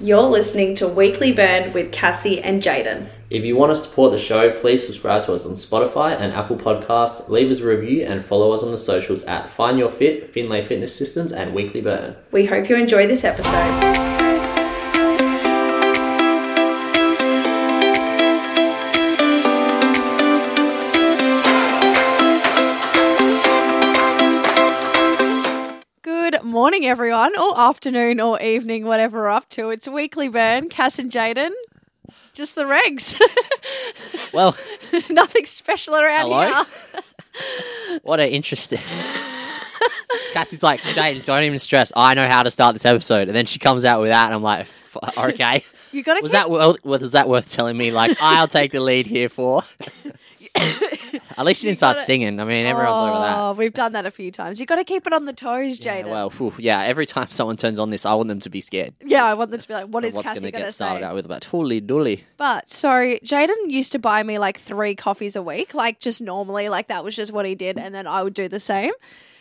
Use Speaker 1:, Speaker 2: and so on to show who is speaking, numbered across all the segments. Speaker 1: You're listening to Weekly Burn with Cassie and Jaden.
Speaker 2: If you want to support the show, please subscribe to us on Spotify and Apple Podcasts, leave us a review, and follow us on the socials at Find Your Fit, Finlay Fitness Systems, and Weekly Burn.
Speaker 1: We hope you enjoy this episode.
Speaker 3: Good morning, everyone, or afternoon, or evening, whatever we're up to. It's Weekly Burn, Cass and Jaden. Just the regs.
Speaker 4: Well,
Speaker 3: Nothing special around
Speaker 4: Hello?
Speaker 3: here.
Speaker 4: what an interesting. Cassie's like, Jane, don't even stress. I know how to start this episode. And then she comes out with that, and I'm like, "F- okay.
Speaker 3: You gotta
Speaker 4: Was
Speaker 3: keep-
Speaker 4: that well, was that worth telling me? Like, I'll take the lead here for. At least she
Speaker 3: You
Speaker 4: didn't start
Speaker 3: gotta-
Speaker 4: singing. I mean, everyone's over that.
Speaker 3: Oh, we've done that a few times. You gotta keep it on the toes, Jaden.
Speaker 4: Yeah, well, whew, yeah. Every time someone turns on this, I want them to be scared.
Speaker 3: Yeah, I want them to be like, what
Speaker 4: of
Speaker 3: is
Speaker 4: what's
Speaker 3: Cassie
Speaker 4: gonna
Speaker 3: gonna,
Speaker 4: get started
Speaker 3: say?
Speaker 4: out with about holy dooly?
Speaker 3: But so Jaden used to buy me like three coffees a week, like just normally, like that was just what he did, and then I would do the same.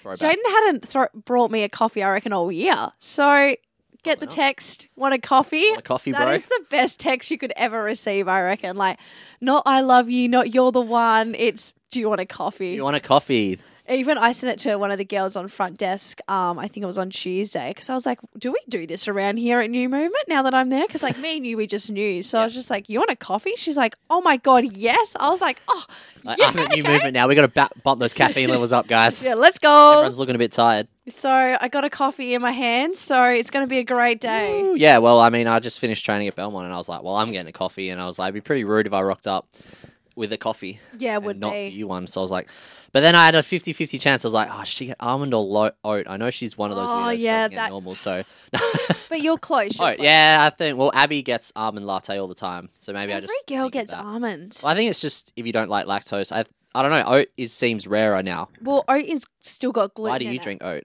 Speaker 4: Throwback.
Speaker 3: Jaden hadn't thro- brought me a coffee, I reckon, all year. So get the text, want a coffee?
Speaker 4: Want a coffee,
Speaker 3: That
Speaker 4: bro?
Speaker 3: is the best text you could ever receive, I reckon. Like, not I love you, not you're the one. It's do you want a coffee?
Speaker 4: You want a coffee?
Speaker 3: Even I sent it to one of the girls on front desk. Um, I think it was on Tuesday because I was like, "Do we do this around here at New Movement now that I'm there?" Because like me and you, we just knew. So I was just like, "You want a coffee?" She's like, "Oh my god, yes!" I was like, "Oh,
Speaker 4: Like,
Speaker 3: yeah,
Speaker 4: I'm at new
Speaker 3: okay.
Speaker 4: movement now. We got to ba- bump those caffeine levels up, guys.
Speaker 3: yeah, let's go."
Speaker 4: Everyone's looking a bit tired.
Speaker 3: So I got a coffee in my hand. So it's going to be a great day.
Speaker 4: Ooh, Yeah, well, I mean, I just finished training at Belmont, and I was like, well, I'm getting a coffee, and I was like, it'd be pretty rude if I rocked up with a coffee.
Speaker 3: Yeah,
Speaker 4: and
Speaker 3: would
Speaker 4: not
Speaker 3: be.
Speaker 4: for you one. So I was like, but then I had a 50-50 chance. I was like, oh, she get almond or lo- oat. I know she's one of those.
Speaker 3: Oh,
Speaker 4: weirdos that
Speaker 3: yeah,
Speaker 4: doesn't get
Speaker 3: that-
Speaker 4: normal. So
Speaker 3: But you're close. You're
Speaker 4: oat.
Speaker 3: close.
Speaker 4: Oh, Yeah, I think. Well, Abby gets almond latte all the time, so maybe I
Speaker 3: Every
Speaker 4: just
Speaker 3: girl
Speaker 4: think of
Speaker 3: gets
Speaker 4: that.
Speaker 3: almonds.
Speaker 4: Well, I think it's just if you don't like lactose. I I don't know. Oat is seems rarer now.
Speaker 3: Well, oat is still got gluten.
Speaker 4: Why do
Speaker 3: in
Speaker 4: you
Speaker 3: it.
Speaker 4: drink oat?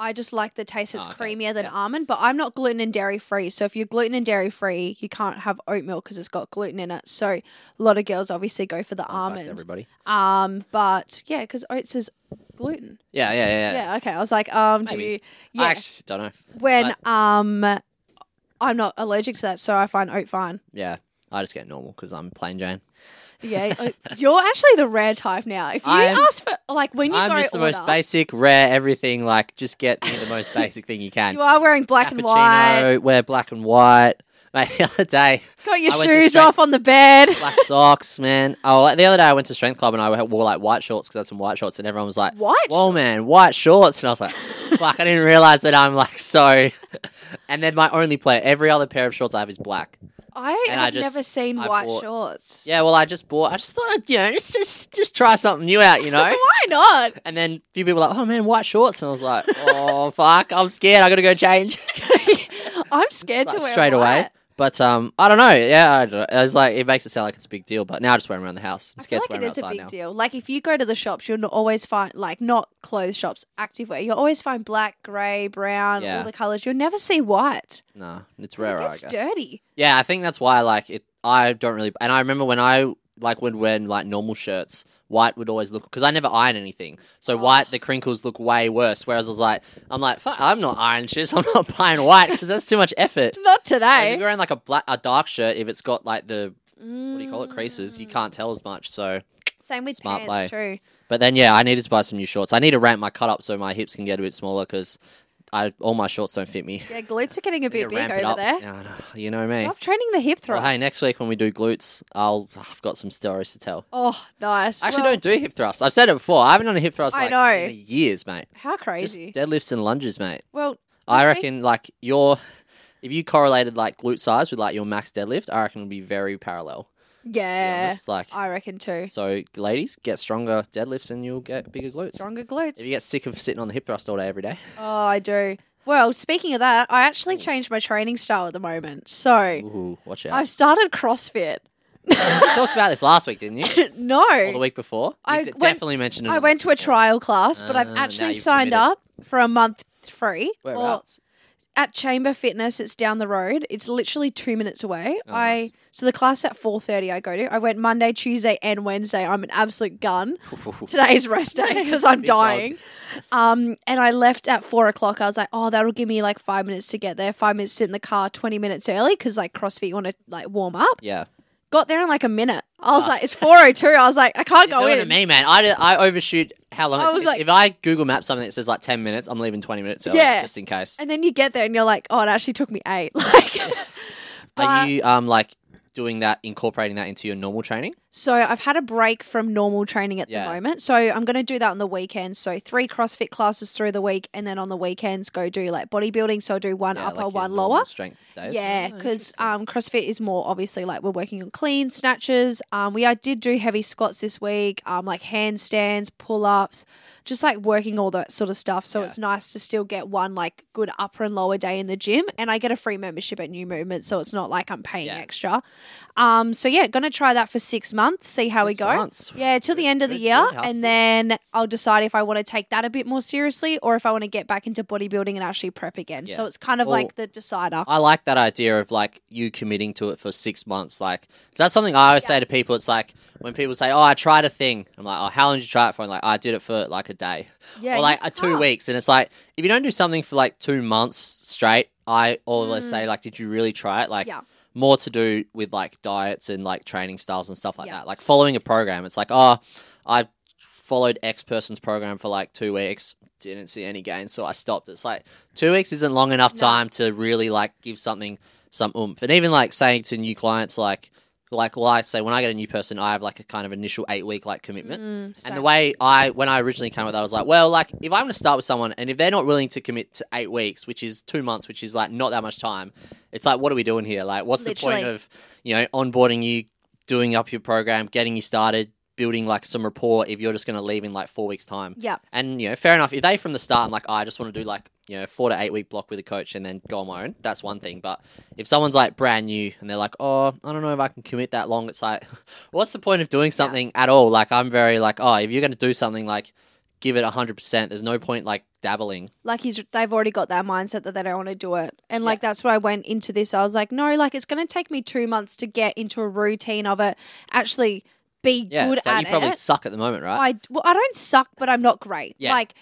Speaker 3: I just like the taste. It's
Speaker 4: Oh, okay.
Speaker 3: creamier than almond, but I'm not gluten and dairy free. So if you're gluten and dairy free, you can't have oat milk because it's got gluten in it. So a lot of girls obviously go for the
Speaker 4: Fun fact,
Speaker 3: almond.
Speaker 4: everybody.
Speaker 3: Um, but yeah, because oats is gluten.
Speaker 4: Yeah, yeah, yeah.
Speaker 3: Yeah.
Speaker 4: yeah.
Speaker 3: okay. I was like, um, do
Speaker 4: Maybe.
Speaker 3: you?
Speaker 4: I
Speaker 3: Yeah,
Speaker 4: actually don't know.
Speaker 3: when um, I'm not allergic to that, so I find oat fine.
Speaker 4: Yeah, I just get normal because I'm plain Jane.
Speaker 3: Yeah, uh, you're actually the rare type now. If you
Speaker 4: I'm-
Speaker 3: ask for like when you
Speaker 4: I'm
Speaker 3: go
Speaker 4: just the
Speaker 3: order,
Speaker 4: most basic, rare, everything. Like, just get me the most basic thing you can.
Speaker 3: you are wearing black and white.
Speaker 4: Wear black and white. Mate, the other day,
Speaker 3: Got your
Speaker 4: I went to
Speaker 3: shoes
Speaker 4: straight-
Speaker 3: off on the bed.
Speaker 4: black socks, man. Oh, like, the other day I went to strength club and I wore like white shorts because I had some white shorts, and everyone was like,
Speaker 3: White
Speaker 4: Whoa, man, white shorts!" And I was like, "Fuck!" I didn't realize that I'm like so. and then my only pair, every other pair of shorts I have is black.
Speaker 3: I
Speaker 4: And
Speaker 3: have
Speaker 4: I just-
Speaker 3: never seen
Speaker 4: I
Speaker 3: white
Speaker 4: bought-
Speaker 3: shorts.
Speaker 4: Yeah, well, I just bought. I just thought I'd, you know, just just just try something new out, you know.
Speaker 3: Why not?
Speaker 4: And then a few people were like, oh man, white shorts. And I was like, oh fuck, I'm scared. I gotta go change
Speaker 3: I'm scared
Speaker 4: Like,
Speaker 3: to wear
Speaker 4: straight away.
Speaker 3: white.
Speaker 4: But um, I don't know. Yeah, I don't know. It's like it makes it sound like it's a big deal. But now I just wear them around the house. I'm
Speaker 3: I feel
Speaker 4: scared
Speaker 3: like
Speaker 4: to
Speaker 3: it
Speaker 4: wear
Speaker 3: is
Speaker 4: them
Speaker 3: a
Speaker 4: outside
Speaker 3: big
Speaker 4: now.
Speaker 3: deal. Like if you go to the shops, you'll not always find like not clothes shops, activewear. You'll always find black, grey, brown,
Speaker 4: Yeah.
Speaker 3: all the colours. You'll never see white.
Speaker 4: No, it's
Speaker 3: 'Cause
Speaker 4: rarer.
Speaker 3: it
Speaker 4: I
Speaker 3: gets
Speaker 4: guess.
Speaker 3: dirty.
Speaker 4: Yeah, I think that's why. Like it, I don't really. And I remember when I like would wear like normal shirts. White would always look because I never iron anything.
Speaker 3: Oh.
Speaker 4: So white, the crinkles look way worse. Whereas I was like, I'm like, fuck, I'm not ironing shirts. I'm not buying white because that's too much effort.
Speaker 3: Not
Speaker 4: Whereas if
Speaker 3: today.
Speaker 4: you're wearing like a black, a dark shirt, if it's got like the what do you call it creases, you
Speaker 3: Mm.
Speaker 4: can't tell as much. So,
Speaker 3: Same with
Speaker 4: Smart
Speaker 3: pants too.
Speaker 4: but then yeah, I needed to buy some new shorts. I need to ramp my cut up so my hips can get a bit smaller because I all my shorts don't fit me.
Speaker 3: Yeah, glutes are getting a
Speaker 4: Need
Speaker 3: bit
Speaker 4: to
Speaker 3: big
Speaker 4: ramp it
Speaker 3: over
Speaker 4: up.
Speaker 3: there.
Speaker 4: No, no, you know me.
Speaker 3: Stop training the hip
Speaker 4: Well,
Speaker 3: thrust.
Speaker 4: hey, next week when we do glutes, I'll I've got some stories to tell.
Speaker 3: Oh, nice.
Speaker 4: I actually
Speaker 3: Well,
Speaker 4: don't do hip thrusts. I've said it before. I haven't done a hip thrust
Speaker 3: I
Speaker 4: like,
Speaker 3: know.
Speaker 4: in years, mate.
Speaker 3: How crazy.
Speaker 4: Just deadlifts and lunges, mate.
Speaker 3: well,
Speaker 4: I
Speaker 3: this week-
Speaker 4: reckon like your if you correlated like glute size with like your max deadlift, I reckon it would be very parallel. To be
Speaker 3: yeah,
Speaker 4: honest. like
Speaker 3: I reckon too.
Speaker 4: So, ladies, get stronger deadlifts and you'll get bigger glutes.
Speaker 3: Stronger glutes.
Speaker 4: If you get sick of sitting on the hip thrust all day every day,
Speaker 3: Oh, I do. Well, speaking of that, I actually changed my training style at the moment. So
Speaker 4: ooh, watch out.
Speaker 3: I've started CrossFit.
Speaker 4: you talked about this last week, didn't you?
Speaker 3: no,
Speaker 4: Or the week before? You
Speaker 3: I
Speaker 4: d-
Speaker 3: went-
Speaker 4: definitely mentioned it.
Speaker 3: I
Speaker 4: on
Speaker 3: went
Speaker 4: this
Speaker 3: to a
Speaker 4: before.
Speaker 3: trial class, but
Speaker 4: Ah,
Speaker 3: I've
Speaker 4: now
Speaker 3: actually
Speaker 4: you've
Speaker 3: signed
Speaker 4: committed.
Speaker 3: up for a month free. Or
Speaker 4: Whereabouts?
Speaker 3: at Chamber Fitness. It's down the road. It's literally two minutes away.
Speaker 4: Oh,
Speaker 3: I
Speaker 4: nice.
Speaker 3: so the class at four thirty I go to. I went Monday, Tuesday, and Wednesday. I'm an absolute gun. Today's rest day because I'm
Speaker 4: Big dog.
Speaker 3: dying. Um, and I left at four o'clock. I was like, oh, that'll give me like five minutes to get there. Five minutes to sit in the car. Twenty minutes early because like CrossFit, you want to like warm up.
Speaker 4: yeah.
Speaker 3: Got there in like a minute. I was
Speaker 4: Ah.
Speaker 3: like, it's four o two. I was like, I can't
Speaker 4: You're
Speaker 3: go
Speaker 4: doing it
Speaker 3: in.
Speaker 4: to me, man. I, I overshoot how long.
Speaker 3: I
Speaker 4: it's-
Speaker 3: was like-
Speaker 4: if I Google Map something that says like ten minutes, I'm leaving twenty minutes early
Speaker 3: Yeah.
Speaker 4: just in case.
Speaker 3: And then you get there and you're like, oh, it actually took me eight. Like,
Speaker 4: Are
Speaker 3: but-
Speaker 4: you um like doing that, incorporating that into your normal training?
Speaker 3: so I've had a break from normal training at
Speaker 4: Yeah.
Speaker 3: the moment. So I'm going to do that on the weekends. So three CrossFit classes through the week. And then on the weekends, go do like bodybuilding. So I'll do one
Speaker 4: Yeah,
Speaker 3: upper,
Speaker 4: like your
Speaker 3: one
Speaker 4: normal
Speaker 3: lower.
Speaker 4: Strength days.
Speaker 3: Yeah,
Speaker 4: Oh,
Speaker 3: because
Speaker 4: interesting.
Speaker 3: um, CrossFit is more obviously like we're working on clean snatches. Um, we I did do heavy squats this week, um, like handstands, pull ups, just like working all that sort of stuff. So
Speaker 4: Yeah.
Speaker 3: it's nice to still get one like good upper and lower day in the gym, and I get a free membership at New Movement, so it's not like I'm paying
Speaker 4: Yeah.
Speaker 3: extra. Um, so yeah, gonna try that for six months, see how
Speaker 4: Six
Speaker 3: we go.
Speaker 4: months.
Speaker 3: Yeah, till the end of the
Speaker 4: good,
Speaker 3: year,
Speaker 4: good. How soon?
Speaker 3: and then I'll decide if I want to take that a bit more seriously or if I want to get back into bodybuilding and actually prep again.
Speaker 4: Yeah.
Speaker 3: So it's kind of
Speaker 4: Well,
Speaker 3: like the decider.
Speaker 4: I like that idea of like you committing to it for six months. Like that's something I always say to people. It's like when people say, "Oh, I tried a thing," I'm like, "Oh, how long did you try it for?" And like, I did it for like a day
Speaker 3: Yeah,
Speaker 4: or
Speaker 3: you
Speaker 4: like a two
Speaker 3: can't.
Speaker 4: weeks. And it's like if you don't do something for like two months straight, I always say like, "Did you really try it?" Like.
Speaker 3: Mm. Yeah.
Speaker 4: More to do with like diets and like training styles and stuff like
Speaker 3: Yeah.
Speaker 4: that. Like following a program. It's like, oh, I followed X person's program for like two weeks, didn't see any gains, so I stopped. It's like two weeks isn't long enough
Speaker 3: No.
Speaker 4: time to really like give something some oomph. And even like saying to new clients, like, like, well, I say when I get a new person, I have like a kind of initial eight week like commitment.
Speaker 3: Mm,
Speaker 4: And the
Speaker 3: same.
Speaker 4: way I, when I originally came with that, I was like, well, like if I'm going to start with someone and if they're not willing to commit to eight weeks, which is two months, which is like not that much time, it's like, what are we doing here? Like, what's the point
Speaker 3: Literally.
Speaker 4: of, you know, onboarding you, doing up your program, getting you started, building like some rapport if you're just going to leave in like four weeks' time?
Speaker 3: yeah,
Speaker 4: And, you know, fair enough. If they from the start, I'm like, "Oh, I just want to do like, you know, four to eight week block with a coach and then go on my own, that's one thing. But if someone's like brand new and they're like, oh, I don't know if I can commit that long, it's like, what's the point of doing something at all? Like, I'm very like, oh, if you're going to do something, like, give it 100%. There's no point like dabbling.
Speaker 3: like he's they've already got that mindset that they don't want to do it, and like that's why I went into this. I was like, no, like it's going to take me two months to get into a routine of it, actually be
Speaker 4: Yeah.
Speaker 3: good
Speaker 4: it's like,
Speaker 3: at
Speaker 4: you probably
Speaker 3: it.
Speaker 4: suck at the moment, right?
Speaker 3: I well, I don't suck, but I'm not great.
Speaker 4: Yeah.
Speaker 3: Like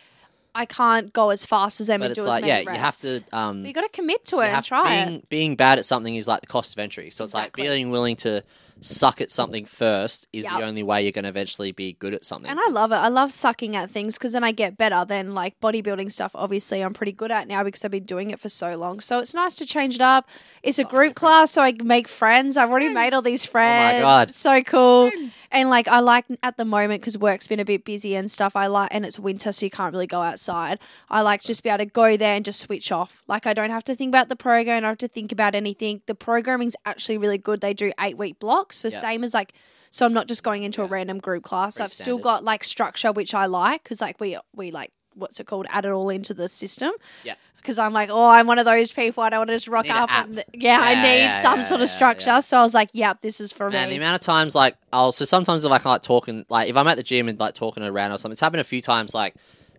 Speaker 3: I can't go as fast as them
Speaker 4: but
Speaker 3: and
Speaker 4: it's
Speaker 3: do
Speaker 4: like,
Speaker 3: as
Speaker 4: yeah,
Speaker 3: many
Speaker 4: you have
Speaker 3: reps.
Speaker 4: to. um
Speaker 3: But you got to commit to
Speaker 4: you
Speaker 3: it and
Speaker 4: have-
Speaker 3: try
Speaker 4: being,
Speaker 3: it.
Speaker 4: being bad at something is like the cost of entry. So it's
Speaker 3: Exactly.
Speaker 4: like being willing to suck at something first is
Speaker 3: Yep.
Speaker 4: the only way you're going to eventually be good at something.
Speaker 3: And I love it. I love sucking at things because then I get better. Then, like bodybuilding stuff, obviously, I'm pretty good at now because I've been doing it for so long. So it's nice to change it up. It's a
Speaker 4: Oh,
Speaker 3: group class, so I make friends. I've already made all these friends.
Speaker 4: Oh God.
Speaker 3: It's so cool. And like, I like at the moment because work's been a bit busy and stuff. I like, and it's winter, so you can't really go outside. I like to just be able to go there and just switch off. Like, I don't have to think about the program. I don't have to think about anything. The programming's actually really good. They do eight week blocks, so
Speaker 4: Yeah.
Speaker 3: same as like. So I'm not just going into a
Speaker 4: Yeah.
Speaker 3: random group class.
Speaker 4: Pretty
Speaker 3: I've still
Speaker 4: standard.
Speaker 3: got like structure, which I like because like we we like what's it called? Add it all into the system.
Speaker 4: Yeah.
Speaker 3: Because I'm like, oh, I'm one of those people. I don't want to just rock
Speaker 4: need a
Speaker 3: up.
Speaker 4: app.
Speaker 3: And, yeah, I
Speaker 4: Yeah,
Speaker 3: need
Speaker 4: yeah,
Speaker 3: some
Speaker 4: yeah,
Speaker 3: sort
Speaker 4: yeah,
Speaker 3: of structure.
Speaker 4: yeah.
Speaker 3: So I was like, yep, this is for
Speaker 4: Man, the
Speaker 3: me.
Speaker 4: amount of times like I'll so sometimes if I can like talking like if I'm at the gym and like talking to around or something, it's happened a few times like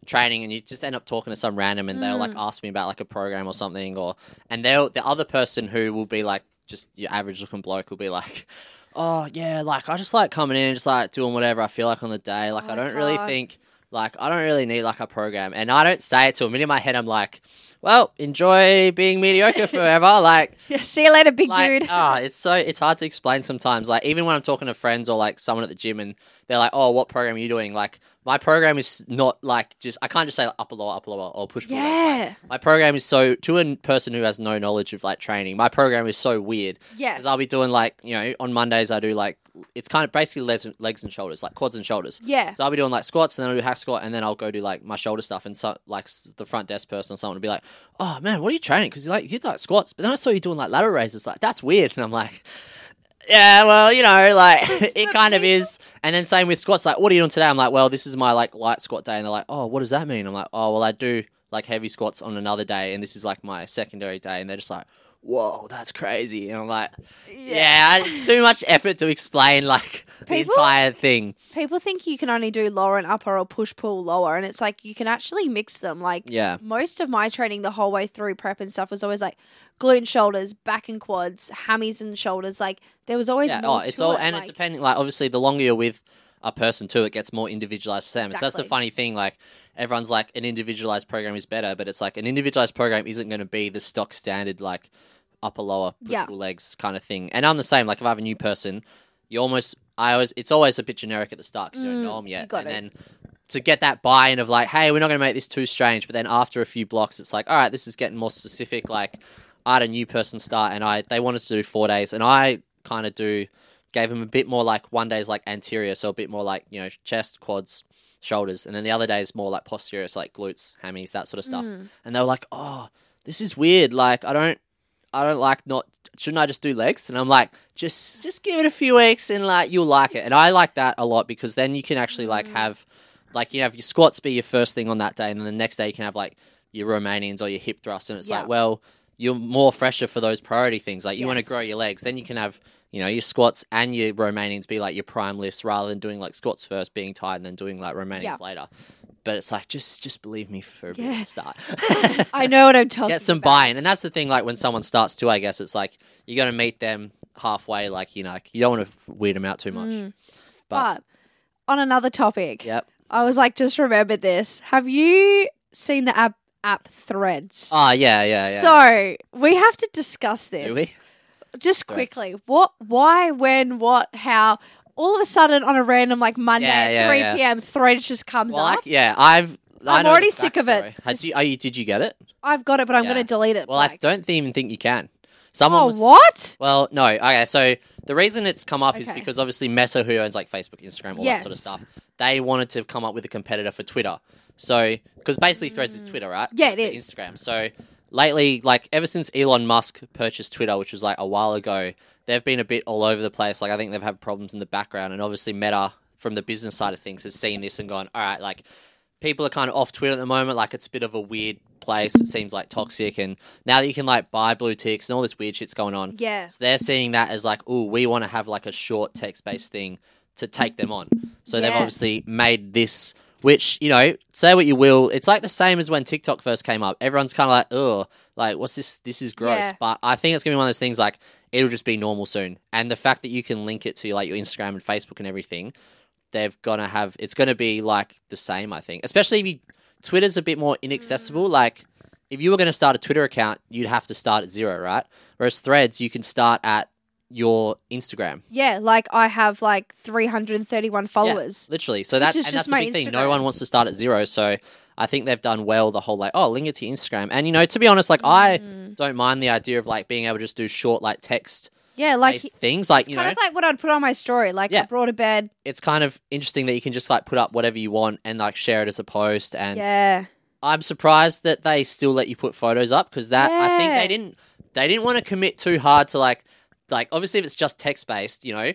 Speaker 4: training and you just end up talking to some random and they'll like
Speaker 3: Mm.
Speaker 4: ask me about like a program or something or and they'll the other person who will be like just your average looking bloke will be like Oh yeah, like I just like coming in and just like doing whatever I feel like on the day. Like
Speaker 3: Oh,
Speaker 4: I don't really
Speaker 3: God.
Speaker 4: think like I don't really need like a program and I don't say it to them. And in my head I'm like, Well, enjoy being mediocre forever. like
Speaker 3: Yeah, See you later, big
Speaker 4: like,
Speaker 3: dude.
Speaker 4: ah, it's so it's hard to explain sometimes. Like even when I'm talking to friends or like someone at the gym and they're like, "Oh, what program are you doing?" Like my program is not like just I can't just say like, upper lower upper lower or push pull. It's like,
Speaker 3: yeah.
Speaker 4: my program is so to a person who has no knowledge of like training. My program is so weird
Speaker 3: Yes.
Speaker 4: because I'll be doing like you know on Mondays I do like it's kind of basically legs and, legs and shoulders like quads and shoulders.
Speaker 3: yeah.
Speaker 4: So I'll be doing like squats and then I'll do hack squat and then I'll go do like my shoulder stuff and so like s- the front desk person or someone will be like, oh man, what are you training? Because you like you did like squats, but then I saw you doing like lateral raises. Like that's weird. And I'm like, yeah, well, you know, like it kind of is. And then same with squats. Like, what are you doing today? I'm like, well, this is my like light squat day. And they're like, oh, what does that mean? I'm like, oh, well, I do like heavy squats on another day, and this is like my secondary day. And they're just like, whoa, that's crazy. And I'm like, yeah, it's too much effort to explain like the
Speaker 3: People-
Speaker 4: entire thing.
Speaker 3: People think you can only do lower and upper or push pull lower, and it's like you can actually mix them. Like
Speaker 4: Yeah.
Speaker 3: most of my training the whole way through prep and stuff was always like glute and shoulders, back and quads, hammies and shoulders. Like there was always
Speaker 4: yeah,
Speaker 3: more.
Speaker 4: oh, it's
Speaker 3: to
Speaker 4: all,
Speaker 3: it,
Speaker 4: and
Speaker 3: like,
Speaker 4: it's depending. Like, obviously, the longer you're with a person too, it gets more individualized. Sam, so that's the
Speaker 3: Exactly.
Speaker 4: funny thing. Like, everyone's like, an individualized program is better, but it's like an individualized program isn't going to be the stock standard like upper lower push
Speaker 3: Yeah.
Speaker 4: pull legs kind of thing. And I'm the same. Like, if I have a new person, you almost, I always, it's always a bit generic at the start because you don't
Speaker 3: Mm,
Speaker 4: know them yet,
Speaker 3: you got
Speaker 4: and
Speaker 3: it.
Speaker 4: then. To get that buy-in of like, hey, we're not going to make this too strange, but then after a few blocks, it's like, all right, this is getting more specific. Like, I had a new person start, and I they wanted to do four days, and I kind of do gave them a bit more like one day is like anterior, so a bit more like you know chest, quads, shoulders, and then the other day is more like posterior, so like glutes, hammies, that sort of stuff.
Speaker 3: mm,
Speaker 4: And they were like, "Oh, this is weird. Like, I don't, I don't like not. Shouldn't I just do legs?" And I'm like, "Just, just give it a few weeks, and like you'll like it." And I like that a lot because then you can actually like
Speaker 3: Mm.
Speaker 4: have, like you have your squats be your first thing on that day, and then the next day you can have like your Romanians or your hip thrusts, and it's
Speaker 3: Yeah.
Speaker 4: like, well, you're more fresher for those priority things. Like you want to grow
Speaker 3: Yes.
Speaker 4: your legs, then you can have. You know, your squats and your Romanians be like your prime lifts rather than doing like squats first, being tired, and then doing like Romanians
Speaker 3: Yeah.
Speaker 4: later. But it's like just just believe me for a bit
Speaker 3: Yeah.
Speaker 4: at the start.
Speaker 3: I know what I'm talking.
Speaker 4: get some
Speaker 3: about.
Speaker 4: buy-in, and that's the thing. Like when someone starts to, I guess it's like you got to meet them halfway. Like you know, like, you don't want to weird them out too much.
Speaker 3: Mm.
Speaker 4: But,
Speaker 3: But on another topic,
Speaker 4: yep.
Speaker 3: I was like, just remember this. Have you seen the app app Threads?
Speaker 4: Oh yeah, yeah, yeah.
Speaker 3: So we have to discuss this.
Speaker 4: Do we?
Speaker 3: Just
Speaker 4: Threads.
Speaker 3: quickly, what, why, when, what, how? All of a sudden, on a random like Monday
Speaker 4: Yeah,
Speaker 3: at
Speaker 4: yeah,
Speaker 3: three
Speaker 4: yeah.
Speaker 3: p.m., Threads just comes
Speaker 4: Well, I-
Speaker 3: up.
Speaker 4: yeah, I've. I
Speaker 3: I'm
Speaker 4: know
Speaker 3: already
Speaker 4: the
Speaker 3: sick of it.
Speaker 4: backstory. Had
Speaker 3: This-
Speaker 4: you, are you? Did you get it?
Speaker 3: I've got it, but I'm
Speaker 4: Yeah.
Speaker 3: going to delete it.
Speaker 4: Well, I
Speaker 3: like-
Speaker 4: don't even think you can. Someone
Speaker 3: Oh,
Speaker 4: was,
Speaker 3: what?
Speaker 4: Well, no. Okay, so the reason it's come up is
Speaker 3: Okay.
Speaker 4: because obviously Meta, who owns like Facebook, Instagram, all that sort of
Speaker 3: Yes.
Speaker 4: stuff, they wanted to come up with a competitor for Twitter. So, because basically Threads is Twitter, right?
Speaker 3: Yeah, it
Speaker 4: For
Speaker 3: is.
Speaker 4: Instagram. So, lately, like ever since Elon Musk purchased Twitter, which was like a while ago, they've been a bit all over the place. Like, I think they've had problems in the background, and obviously Meta, from the business side of things, has seen this and gone, all right, like people are kind of off Twitter at the moment. Like it's a bit of a weird place. It seems like toxic. And now that you can like buy blue ticks and all this weird shit's going on.
Speaker 3: Yeah.
Speaker 4: So they're seeing that as like, oh, we want to have like a short text based thing to take them on. So they've
Speaker 3: Yeah.
Speaker 4: obviously made this, which, you know, say what you will, it's like the same as when TikTok first came up. Everyone's kind of like, oh, like, what's this? This is gross.
Speaker 3: Yeah.
Speaker 4: But I think it's going to be one of those things like, it'll just be normal soon. And the fact that you can link it to like your Instagram and Facebook and everything, they've gonna have it's gonna be like the same, I think. Especially if you, Twitter's a bit more inaccessible.
Speaker 3: Mm.
Speaker 4: Like if you were gonna start a Twitter account, you'd have to start at zero, right? Whereas Threads, you can start at your Instagram,
Speaker 3: Yeah, like I have like 331 followers.
Speaker 4: literally. So that's
Speaker 3: is
Speaker 4: and
Speaker 3: just
Speaker 4: that's a
Speaker 3: my
Speaker 4: big thing. No
Speaker 3: Instagram.
Speaker 4: one wants to start at zero, so I think they've done well. The whole like, oh, link it to your Instagram, and you know, to be honest, like I
Speaker 3: Mm.
Speaker 4: don't mind the idea of like being able to just do short like text
Speaker 3: yeah, like
Speaker 4: based things. Like
Speaker 3: it's
Speaker 4: you
Speaker 3: kind
Speaker 4: know,
Speaker 3: of like what I'd put on my story, like
Speaker 4: Yeah.
Speaker 3: I brought to bed.
Speaker 4: it's kind of interesting that you can just like put up whatever you want and like share it as a post and
Speaker 3: yeah,
Speaker 4: I'm surprised that they still let you put photos up because that I think
Speaker 3: Yeah.
Speaker 4: they didn't they didn't want to commit too hard to like like obviously if it's just text based, you know,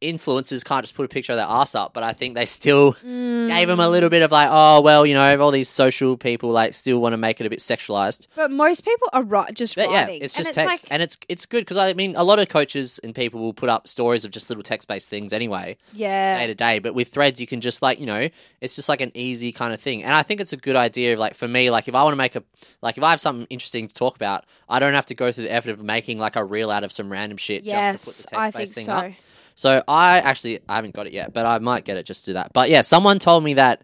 Speaker 4: influencers can't just put a picture of their ass up, but I think they still gave them
Speaker 3: Mm.
Speaker 4: a little bit of like, oh well, you know, all these social people like still want to make it a bit sexualized.
Speaker 3: But most people are right, just
Speaker 4: But yeah,
Speaker 3: writing.
Speaker 4: it's
Speaker 3: and
Speaker 4: just
Speaker 3: it's
Speaker 4: text,
Speaker 3: Like,
Speaker 4: and it's it's good because I mean, a lot of coaches and people will put up stories of just little text based things anyway, day
Speaker 3: yeah,
Speaker 4: to day. But with threads, you can just like, you know, it's just like an easy kind of thing. And I think it's a good idea. Like for me, like if I want to make a, like if I have something interesting to talk about, I don't have to go through the effort of making like a reel out of some random shit
Speaker 3: yes,
Speaker 4: just to put the
Speaker 3: I
Speaker 4: text
Speaker 3: think
Speaker 4: based thing
Speaker 3: so.
Speaker 4: up. So I actually, I haven't got it yet, but I might get it just to do that. But yeah, someone told me that,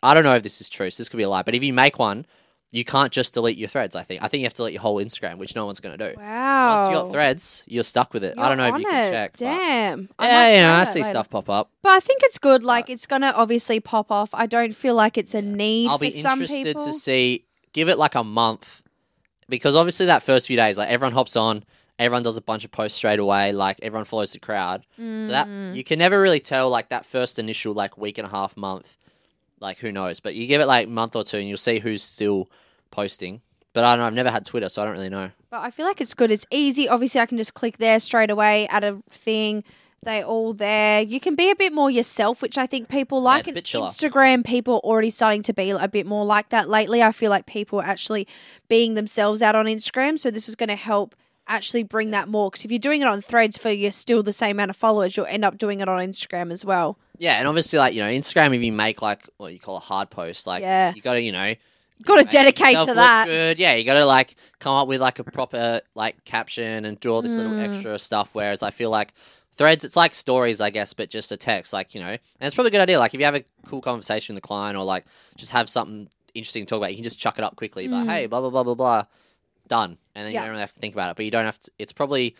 Speaker 4: I don't know if this is true, so this could be a lie, but if you make one, you can't just delete your threads, I think. I think you have to delete your whole Instagram, which no one's going to do. So
Speaker 3: Wow.
Speaker 4: Once you got threads, you're stuck with it. I don't know
Speaker 3: You're
Speaker 4: if you
Speaker 3: on
Speaker 4: can
Speaker 3: it.
Speaker 4: check. but-
Speaker 3: Damn. I might
Speaker 4: Yeah, you know,
Speaker 3: try
Speaker 4: I
Speaker 3: that
Speaker 4: see
Speaker 3: later.
Speaker 4: stuff pop up.
Speaker 3: But I think it's good. Like, it's going to obviously pop off. I don't feel like it's a need
Speaker 4: I'll
Speaker 3: for
Speaker 4: be
Speaker 3: some
Speaker 4: interested
Speaker 3: people.
Speaker 4: to see. Give it like a month, because obviously that first few days, like everyone hops on, everyone does a bunch of posts straight away, like everyone follows the crowd. So that
Speaker 3: Mm.
Speaker 4: you can never really tell, like that first initial like week and a half month, like who knows? But you give it like a month or two, and you'll see who's still posting. But I don't know. I've never had Twitter, so I don't really know.
Speaker 3: But I feel like it's good. It's easy. Obviously, I can just click there straight away, add a thing. They all there. You can be a bit more yourself, which I think people like.
Speaker 4: it's a bit
Speaker 3: And
Speaker 4: chiller.
Speaker 3: Instagram people already starting to be a bit more like that lately. I feel like people are actually being themselves out on Instagram, so this is going to help actually bring that more because if you're doing it on threads for you're still the same amount of followers, you'll end up doing it on Instagram as well.
Speaker 4: Yeah, and obviously, like you know, Instagram, if you make like what you call a hard post, like
Speaker 3: Yeah.
Speaker 4: you got to you know,
Speaker 3: Got to
Speaker 4: make
Speaker 3: dedicate
Speaker 4: yourself
Speaker 3: to
Speaker 4: look
Speaker 3: that.
Speaker 4: Good. Yeah, you got to like come up with like a proper like caption and do all this little
Speaker 3: Mm.
Speaker 4: extra stuff. Whereas I feel like threads, it's like stories, I guess, but just a text, like you know, and it's probably a good idea. Like if you have a cool conversation with the client or like just have something interesting to talk about, you can just chuck it up quickly. But
Speaker 3: Mm.
Speaker 4: hey, blah blah blah blah blah, done, and then
Speaker 3: Yeah.
Speaker 4: you don't really have to think about it. But you don't have to. It's probably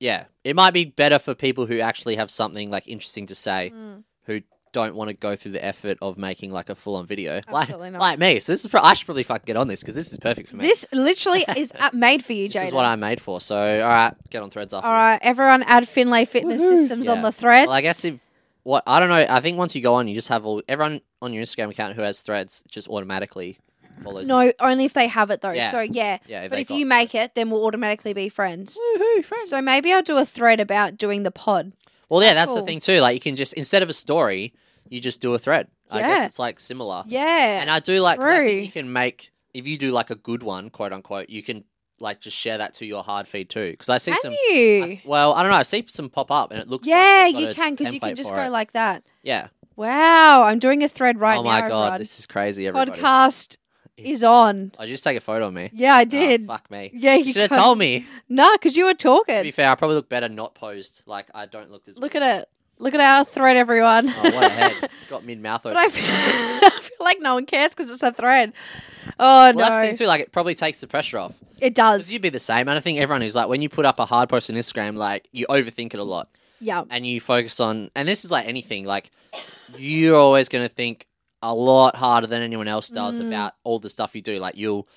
Speaker 4: yeah, it might be better for people who actually have something like interesting to say
Speaker 3: Mm.
Speaker 4: who don't want to go through the effort of making like a full on video.
Speaker 3: Absolutely
Speaker 4: like,
Speaker 3: not.
Speaker 4: like me. So this is pro- I should probably fucking get on this because this is perfect for me.
Speaker 3: This literally is uh, made for you,
Speaker 4: This
Speaker 3: Jaden.
Speaker 4: is what I'm made for. So all right, get on threads after.
Speaker 3: All right, everyone add Finlay Fitness Systems on
Speaker 4: Yeah.
Speaker 3: the threads.
Speaker 4: This. Well, I guess if what I don't know. I think once you go on, you just have all everyone on your Instagram account who has threads just automatically follows. you.
Speaker 3: No, only if they have it though.
Speaker 4: Yeah.
Speaker 3: So yeah.
Speaker 4: Yeah, if
Speaker 3: but
Speaker 4: they
Speaker 3: if
Speaker 4: got
Speaker 3: you make it, then we'll automatically be friends.
Speaker 4: Woohoo, friends.
Speaker 3: So maybe I'll do a thread about doing the pod.
Speaker 4: well, yeah, that's
Speaker 3: cool.
Speaker 4: the thing too. Like you can just instead of a story, you just do a thread. I
Speaker 3: Yeah.
Speaker 4: guess it's like similar.
Speaker 3: Yeah.
Speaker 4: Oh, And I do like 'cause I
Speaker 3: True.
Speaker 4: think you can make if you do like a good one, quote unquote, you can like just share that to your hard feed too. Because I see
Speaker 3: can
Speaker 4: some.
Speaker 3: you?
Speaker 4: I- well, I don't know. I see some pop up, and it looks.
Speaker 3: yeah,
Speaker 4: like they've got
Speaker 3: you
Speaker 4: a
Speaker 3: can because you can
Speaker 4: template
Speaker 3: just
Speaker 4: for
Speaker 3: go
Speaker 4: it.
Speaker 3: like that.
Speaker 4: yeah.
Speaker 3: Wow, I'm doing a thread right
Speaker 4: oh my
Speaker 3: now.
Speaker 4: god,
Speaker 3: everyone.
Speaker 4: this is crazy. Everybody,
Speaker 3: podcast
Speaker 4: Is-
Speaker 3: is on.
Speaker 4: I just take a photo of me.
Speaker 3: Yeah, I
Speaker 4: Oh,
Speaker 3: did.
Speaker 4: fuck me.
Speaker 3: yeah,
Speaker 4: You
Speaker 3: you
Speaker 4: should have
Speaker 3: can't-
Speaker 4: told me.
Speaker 3: Nah, because you were
Speaker 4: To
Speaker 3: talking.
Speaker 4: be fair, I probably look better not posed. Like I don't look as.
Speaker 3: Look at it. Look at our thread, everyone.
Speaker 4: Oh, what a head. Got mid mouth open.
Speaker 3: But I feel, I feel like no one cares because it's a thread. Oh
Speaker 4: well, that's the
Speaker 3: no,
Speaker 4: thing too. Like it probably takes the pressure off.
Speaker 3: it
Speaker 4: 'Cause
Speaker 3: does.
Speaker 4: You'd be the same, and I think everyone who's like when you put up a hard post on Instagram, like you overthink it a lot.
Speaker 3: yeah,
Speaker 4: and you focus on and this is like anything like you're always going to think a lot harder than anyone else does
Speaker 3: Mm.
Speaker 4: about all the stuff you do like you'll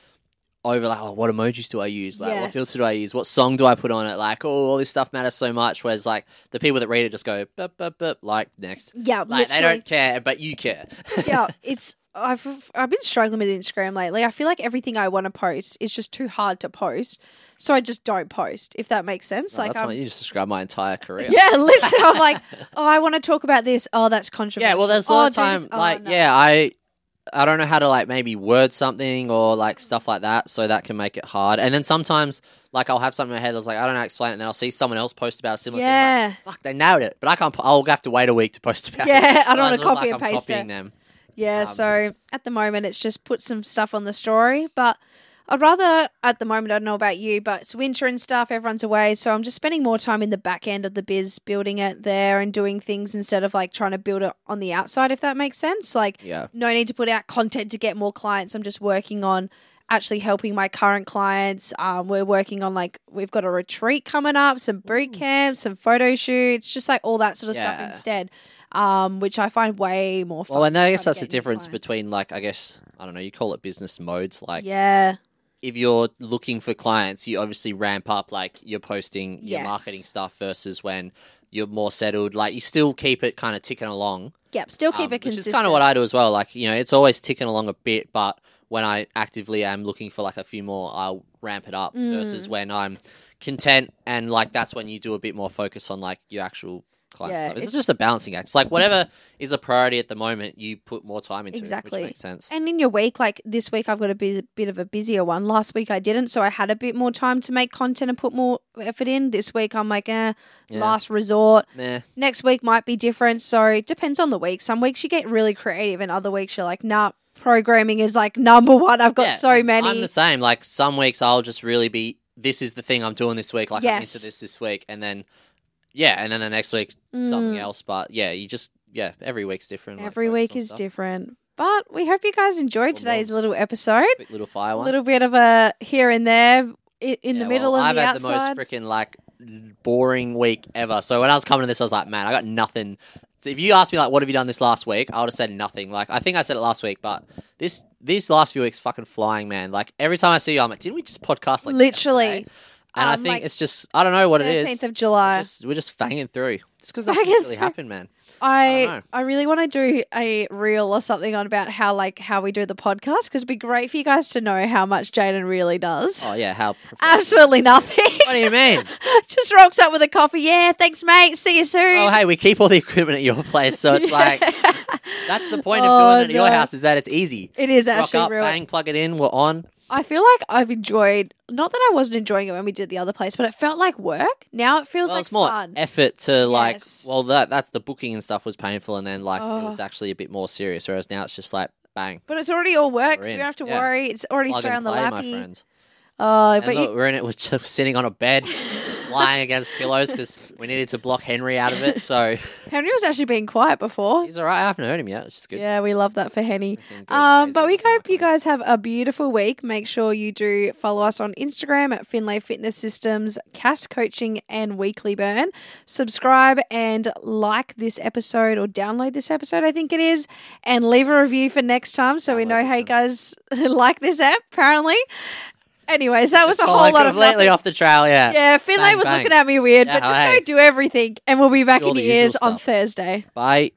Speaker 4: over like oh, what emojis do i use like what
Speaker 3: Yes.
Speaker 4: filter do i use what song do i put on it like oh all this stuff matters so much whereas like the people that read it just go bup, bup, bup, like next
Speaker 3: yeah,
Speaker 4: like they
Speaker 3: literally.
Speaker 4: don't care but you care
Speaker 3: yeah, it's. I've I've been struggling with Instagram lately. I feel like everything I want to post is just too hard to post, so I just don't post. If that makes sense,
Speaker 4: Oh,
Speaker 3: like
Speaker 4: that's
Speaker 3: I'm,
Speaker 4: why you just described my entire career
Speaker 3: yeah, literally, I'm like, oh, I want to talk about this. Oh, that's controversial.
Speaker 4: Yeah, well, there's a
Speaker 3: oh,
Speaker 4: lot of
Speaker 3: do this.
Speaker 4: time.
Speaker 3: Oh,
Speaker 4: like,
Speaker 3: no.
Speaker 4: yeah, I, I don't know how to like maybe word something or like stuff like that, so that can make it hard. And then sometimes, like, I'll have something in my head that's like I don't know how to explain it, and then I'll see someone else post about a similar thing.
Speaker 3: yeah,
Speaker 4: Like, Fuck, they nailed it, but I can't. po- I'll have to wait a week to post about it.
Speaker 3: yeah. I don't want
Speaker 4: Otherwise
Speaker 3: to
Speaker 4: it'll look
Speaker 3: copy
Speaker 4: like
Speaker 3: and
Speaker 4: I'm
Speaker 3: paste
Speaker 4: copying
Speaker 3: it.
Speaker 4: them.
Speaker 3: Yeah,
Speaker 4: Um,
Speaker 3: so at the moment it's just put some stuff on the story, but I'd rather at the moment I don't know about you, but it's winter and stuff, everyone's away, so I'm just spending more time in the back end of the biz building it there and doing things instead of like trying to build it on the outside if that makes sense. Like
Speaker 4: Yeah,
Speaker 3: no need to put out content to get more clients. I'm just working on actually helping my current clients. Um, we're working on like we've got a retreat coming up, some boot camps, some photo shoots, just like all that sort of
Speaker 4: Yeah.
Speaker 3: stuff instead. Um, which I find way more fun.
Speaker 4: well, and I
Speaker 3: trying
Speaker 4: guess
Speaker 3: to
Speaker 4: that's the
Speaker 3: get new
Speaker 4: difference
Speaker 3: clients.
Speaker 4: between like I guess I don't know. You call it business modes, like.
Speaker 3: yeah,
Speaker 4: if you're looking for clients, you obviously ramp up like you're posting your
Speaker 3: Yes.
Speaker 4: marketing stuff versus when you're more settled. Like you still keep it kind of ticking along.
Speaker 3: yep. Still keep
Speaker 4: um,
Speaker 3: it consistent.
Speaker 4: Which is kind of what I do as well. Like you know, it's always ticking along a bit, but when I actively am looking for like a few more, I'll ramp it up
Speaker 3: Mm.
Speaker 4: versus when I'm content and like that's when you do a bit more focus on like your actual client
Speaker 3: Yeah,
Speaker 4: stuff. It's,
Speaker 3: it's-
Speaker 4: just a balancing act. It's like whatever is a priority at the moment, you put more time into.
Speaker 3: Exactly.
Speaker 4: which makes sense.
Speaker 3: And in your week, like this week, I've got a bit, bit of a busier one. Last week I didn't, so I had a bit more time to make content and put more effort in. This week I'm like, eh,
Speaker 4: Yeah.
Speaker 3: last resort.
Speaker 4: Meh.
Speaker 3: next week might be different. So it depends on the week. Some weeks you get really creative, and other weeks you're like, nah, programming is like number one. I've got
Speaker 4: Yeah,
Speaker 3: so many.
Speaker 4: I'm the same. Like some weeks I'll just really be this is the thing I'm doing this week. Like I'm into
Speaker 3: Yes.
Speaker 4: this this week, and then yeah, and then the next week something else. But yeah, you just yeah, every week's different. like,
Speaker 3: Mm, Every
Speaker 4: focus
Speaker 3: week
Speaker 4: on
Speaker 3: is
Speaker 4: stuff.
Speaker 3: different. But we hope you guys enjoyed
Speaker 4: Little
Speaker 3: today's
Speaker 4: more.
Speaker 3: little episode.
Speaker 4: Quick little fire
Speaker 3: A
Speaker 4: one.
Speaker 3: little bit of a here and there, i- in the
Speaker 4: Yeah,
Speaker 3: middle
Speaker 4: well,
Speaker 3: and
Speaker 4: I've
Speaker 3: the
Speaker 4: had
Speaker 3: outside.
Speaker 4: the most freaking like boring week ever. So when I was coming to this, I was like, man, I got nothing. So if you asked me like, what have you done this last week? I would have said nothing. Like I think I said it last week, but this these last few weeks fucking flying, man. Like every time I see you, I'm like, didn't we just podcast like
Speaker 3: Literally.
Speaker 4: yesterday?" And I
Speaker 3: Um,
Speaker 4: think
Speaker 3: like,
Speaker 4: it's just I don't know what it is.
Speaker 3: 13th of July.
Speaker 4: just, we're just fanging through. It's because nothing
Speaker 3: Fanging
Speaker 4: really happened, man. don't
Speaker 3: I
Speaker 4: know.
Speaker 3: I really want to do a reel or something on about how like how we do the podcast because it'd be great for you guys to know how much Jaden really does.
Speaker 4: Oh yeah, how professional
Speaker 3: Absolutely
Speaker 4: this is.
Speaker 3: nothing.
Speaker 4: What do you mean?
Speaker 3: just rocks up with a coffee. Yeah, thanks, mate. See you soon.
Speaker 4: oh hey, we keep all the equipment at your place, so it's like that's the point of
Speaker 3: Oh,
Speaker 4: doing it at your
Speaker 3: no.
Speaker 4: house is that it's easy.
Speaker 3: it is
Speaker 4: Rock
Speaker 3: actually
Speaker 4: up,
Speaker 3: real.
Speaker 4: bang, plug it in, we're on.
Speaker 3: I feel like I've enjoyed. Not that I wasn't enjoying it when we did the other place, but it felt like work. Now it feels
Speaker 4: Well,
Speaker 3: like
Speaker 4: it's more e-
Speaker 3: fun.
Speaker 4: effort to like.
Speaker 3: Yes.
Speaker 4: Well, that that's the booking and stuff was painful, and then like it was
Speaker 3: Oh.
Speaker 4: actually a bit more serious. Whereas now it's just like bang,
Speaker 3: but it's already all work,
Speaker 4: We're
Speaker 3: so we
Speaker 4: in.
Speaker 3: don't have to
Speaker 4: Yeah.
Speaker 3: worry. It's already
Speaker 4: plug
Speaker 3: straight on
Speaker 4: and
Speaker 3: the
Speaker 4: play, my
Speaker 3: lappy.
Speaker 4: friends.
Speaker 3: Oh, but
Speaker 4: and
Speaker 3: you,
Speaker 4: look, we're in it. We're just sitting on a bed, lying against pillows because we needed to block Henry out of it. So
Speaker 3: Henry was actually being quiet before.
Speaker 4: he's all right. I haven't heard him yet. It's just good.
Speaker 3: Yeah, we love that for Henny.
Speaker 4: Everything goes
Speaker 3: Um, but
Speaker 4: crazy
Speaker 3: we
Speaker 4: every time I
Speaker 3: hope you
Speaker 4: come in.
Speaker 3: guys have a beautiful week. Make sure you do follow us on Instagram at Finlay Fitness Systems, Cast Coaching, and Weekly Burn. Subscribe and like this episode or download this episode, I think it is, and leave a review for next time so we
Speaker 4: Download
Speaker 3: know
Speaker 4: this
Speaker 3: how you
Speaker 4: app.
Speaker 3: guys like this app, apparently. Anyways, that was
Speaker 4: Just
Speaker 3: a
Speaker 4: felt
Speaker 3: whole
Speaker 4: like
Speaker 3: lot of
Speaker 4: completely
Speaker 3: nothing.
Speaker 4: off the trail. Yeah.
Speaker 3: Yeah, Finlay
Speaker 4: Bang,
Speaker 3: was
Speaker 4: bang.
Speaker 3: looking at me weird,
Speaker 4: Yeah,
Speaker 3: but just
Speaker 4: hey.
Speaker 3: go do everything, and we'll be back
Speaker 4: do all
Speaker 3: in
Speaker 4: the
Speaker 3: your ears
Speaker 4: usual
Speaker 3: on
Speaker 4: stuff.
Speaker 3: Thursday.
Speaker 4: Bye.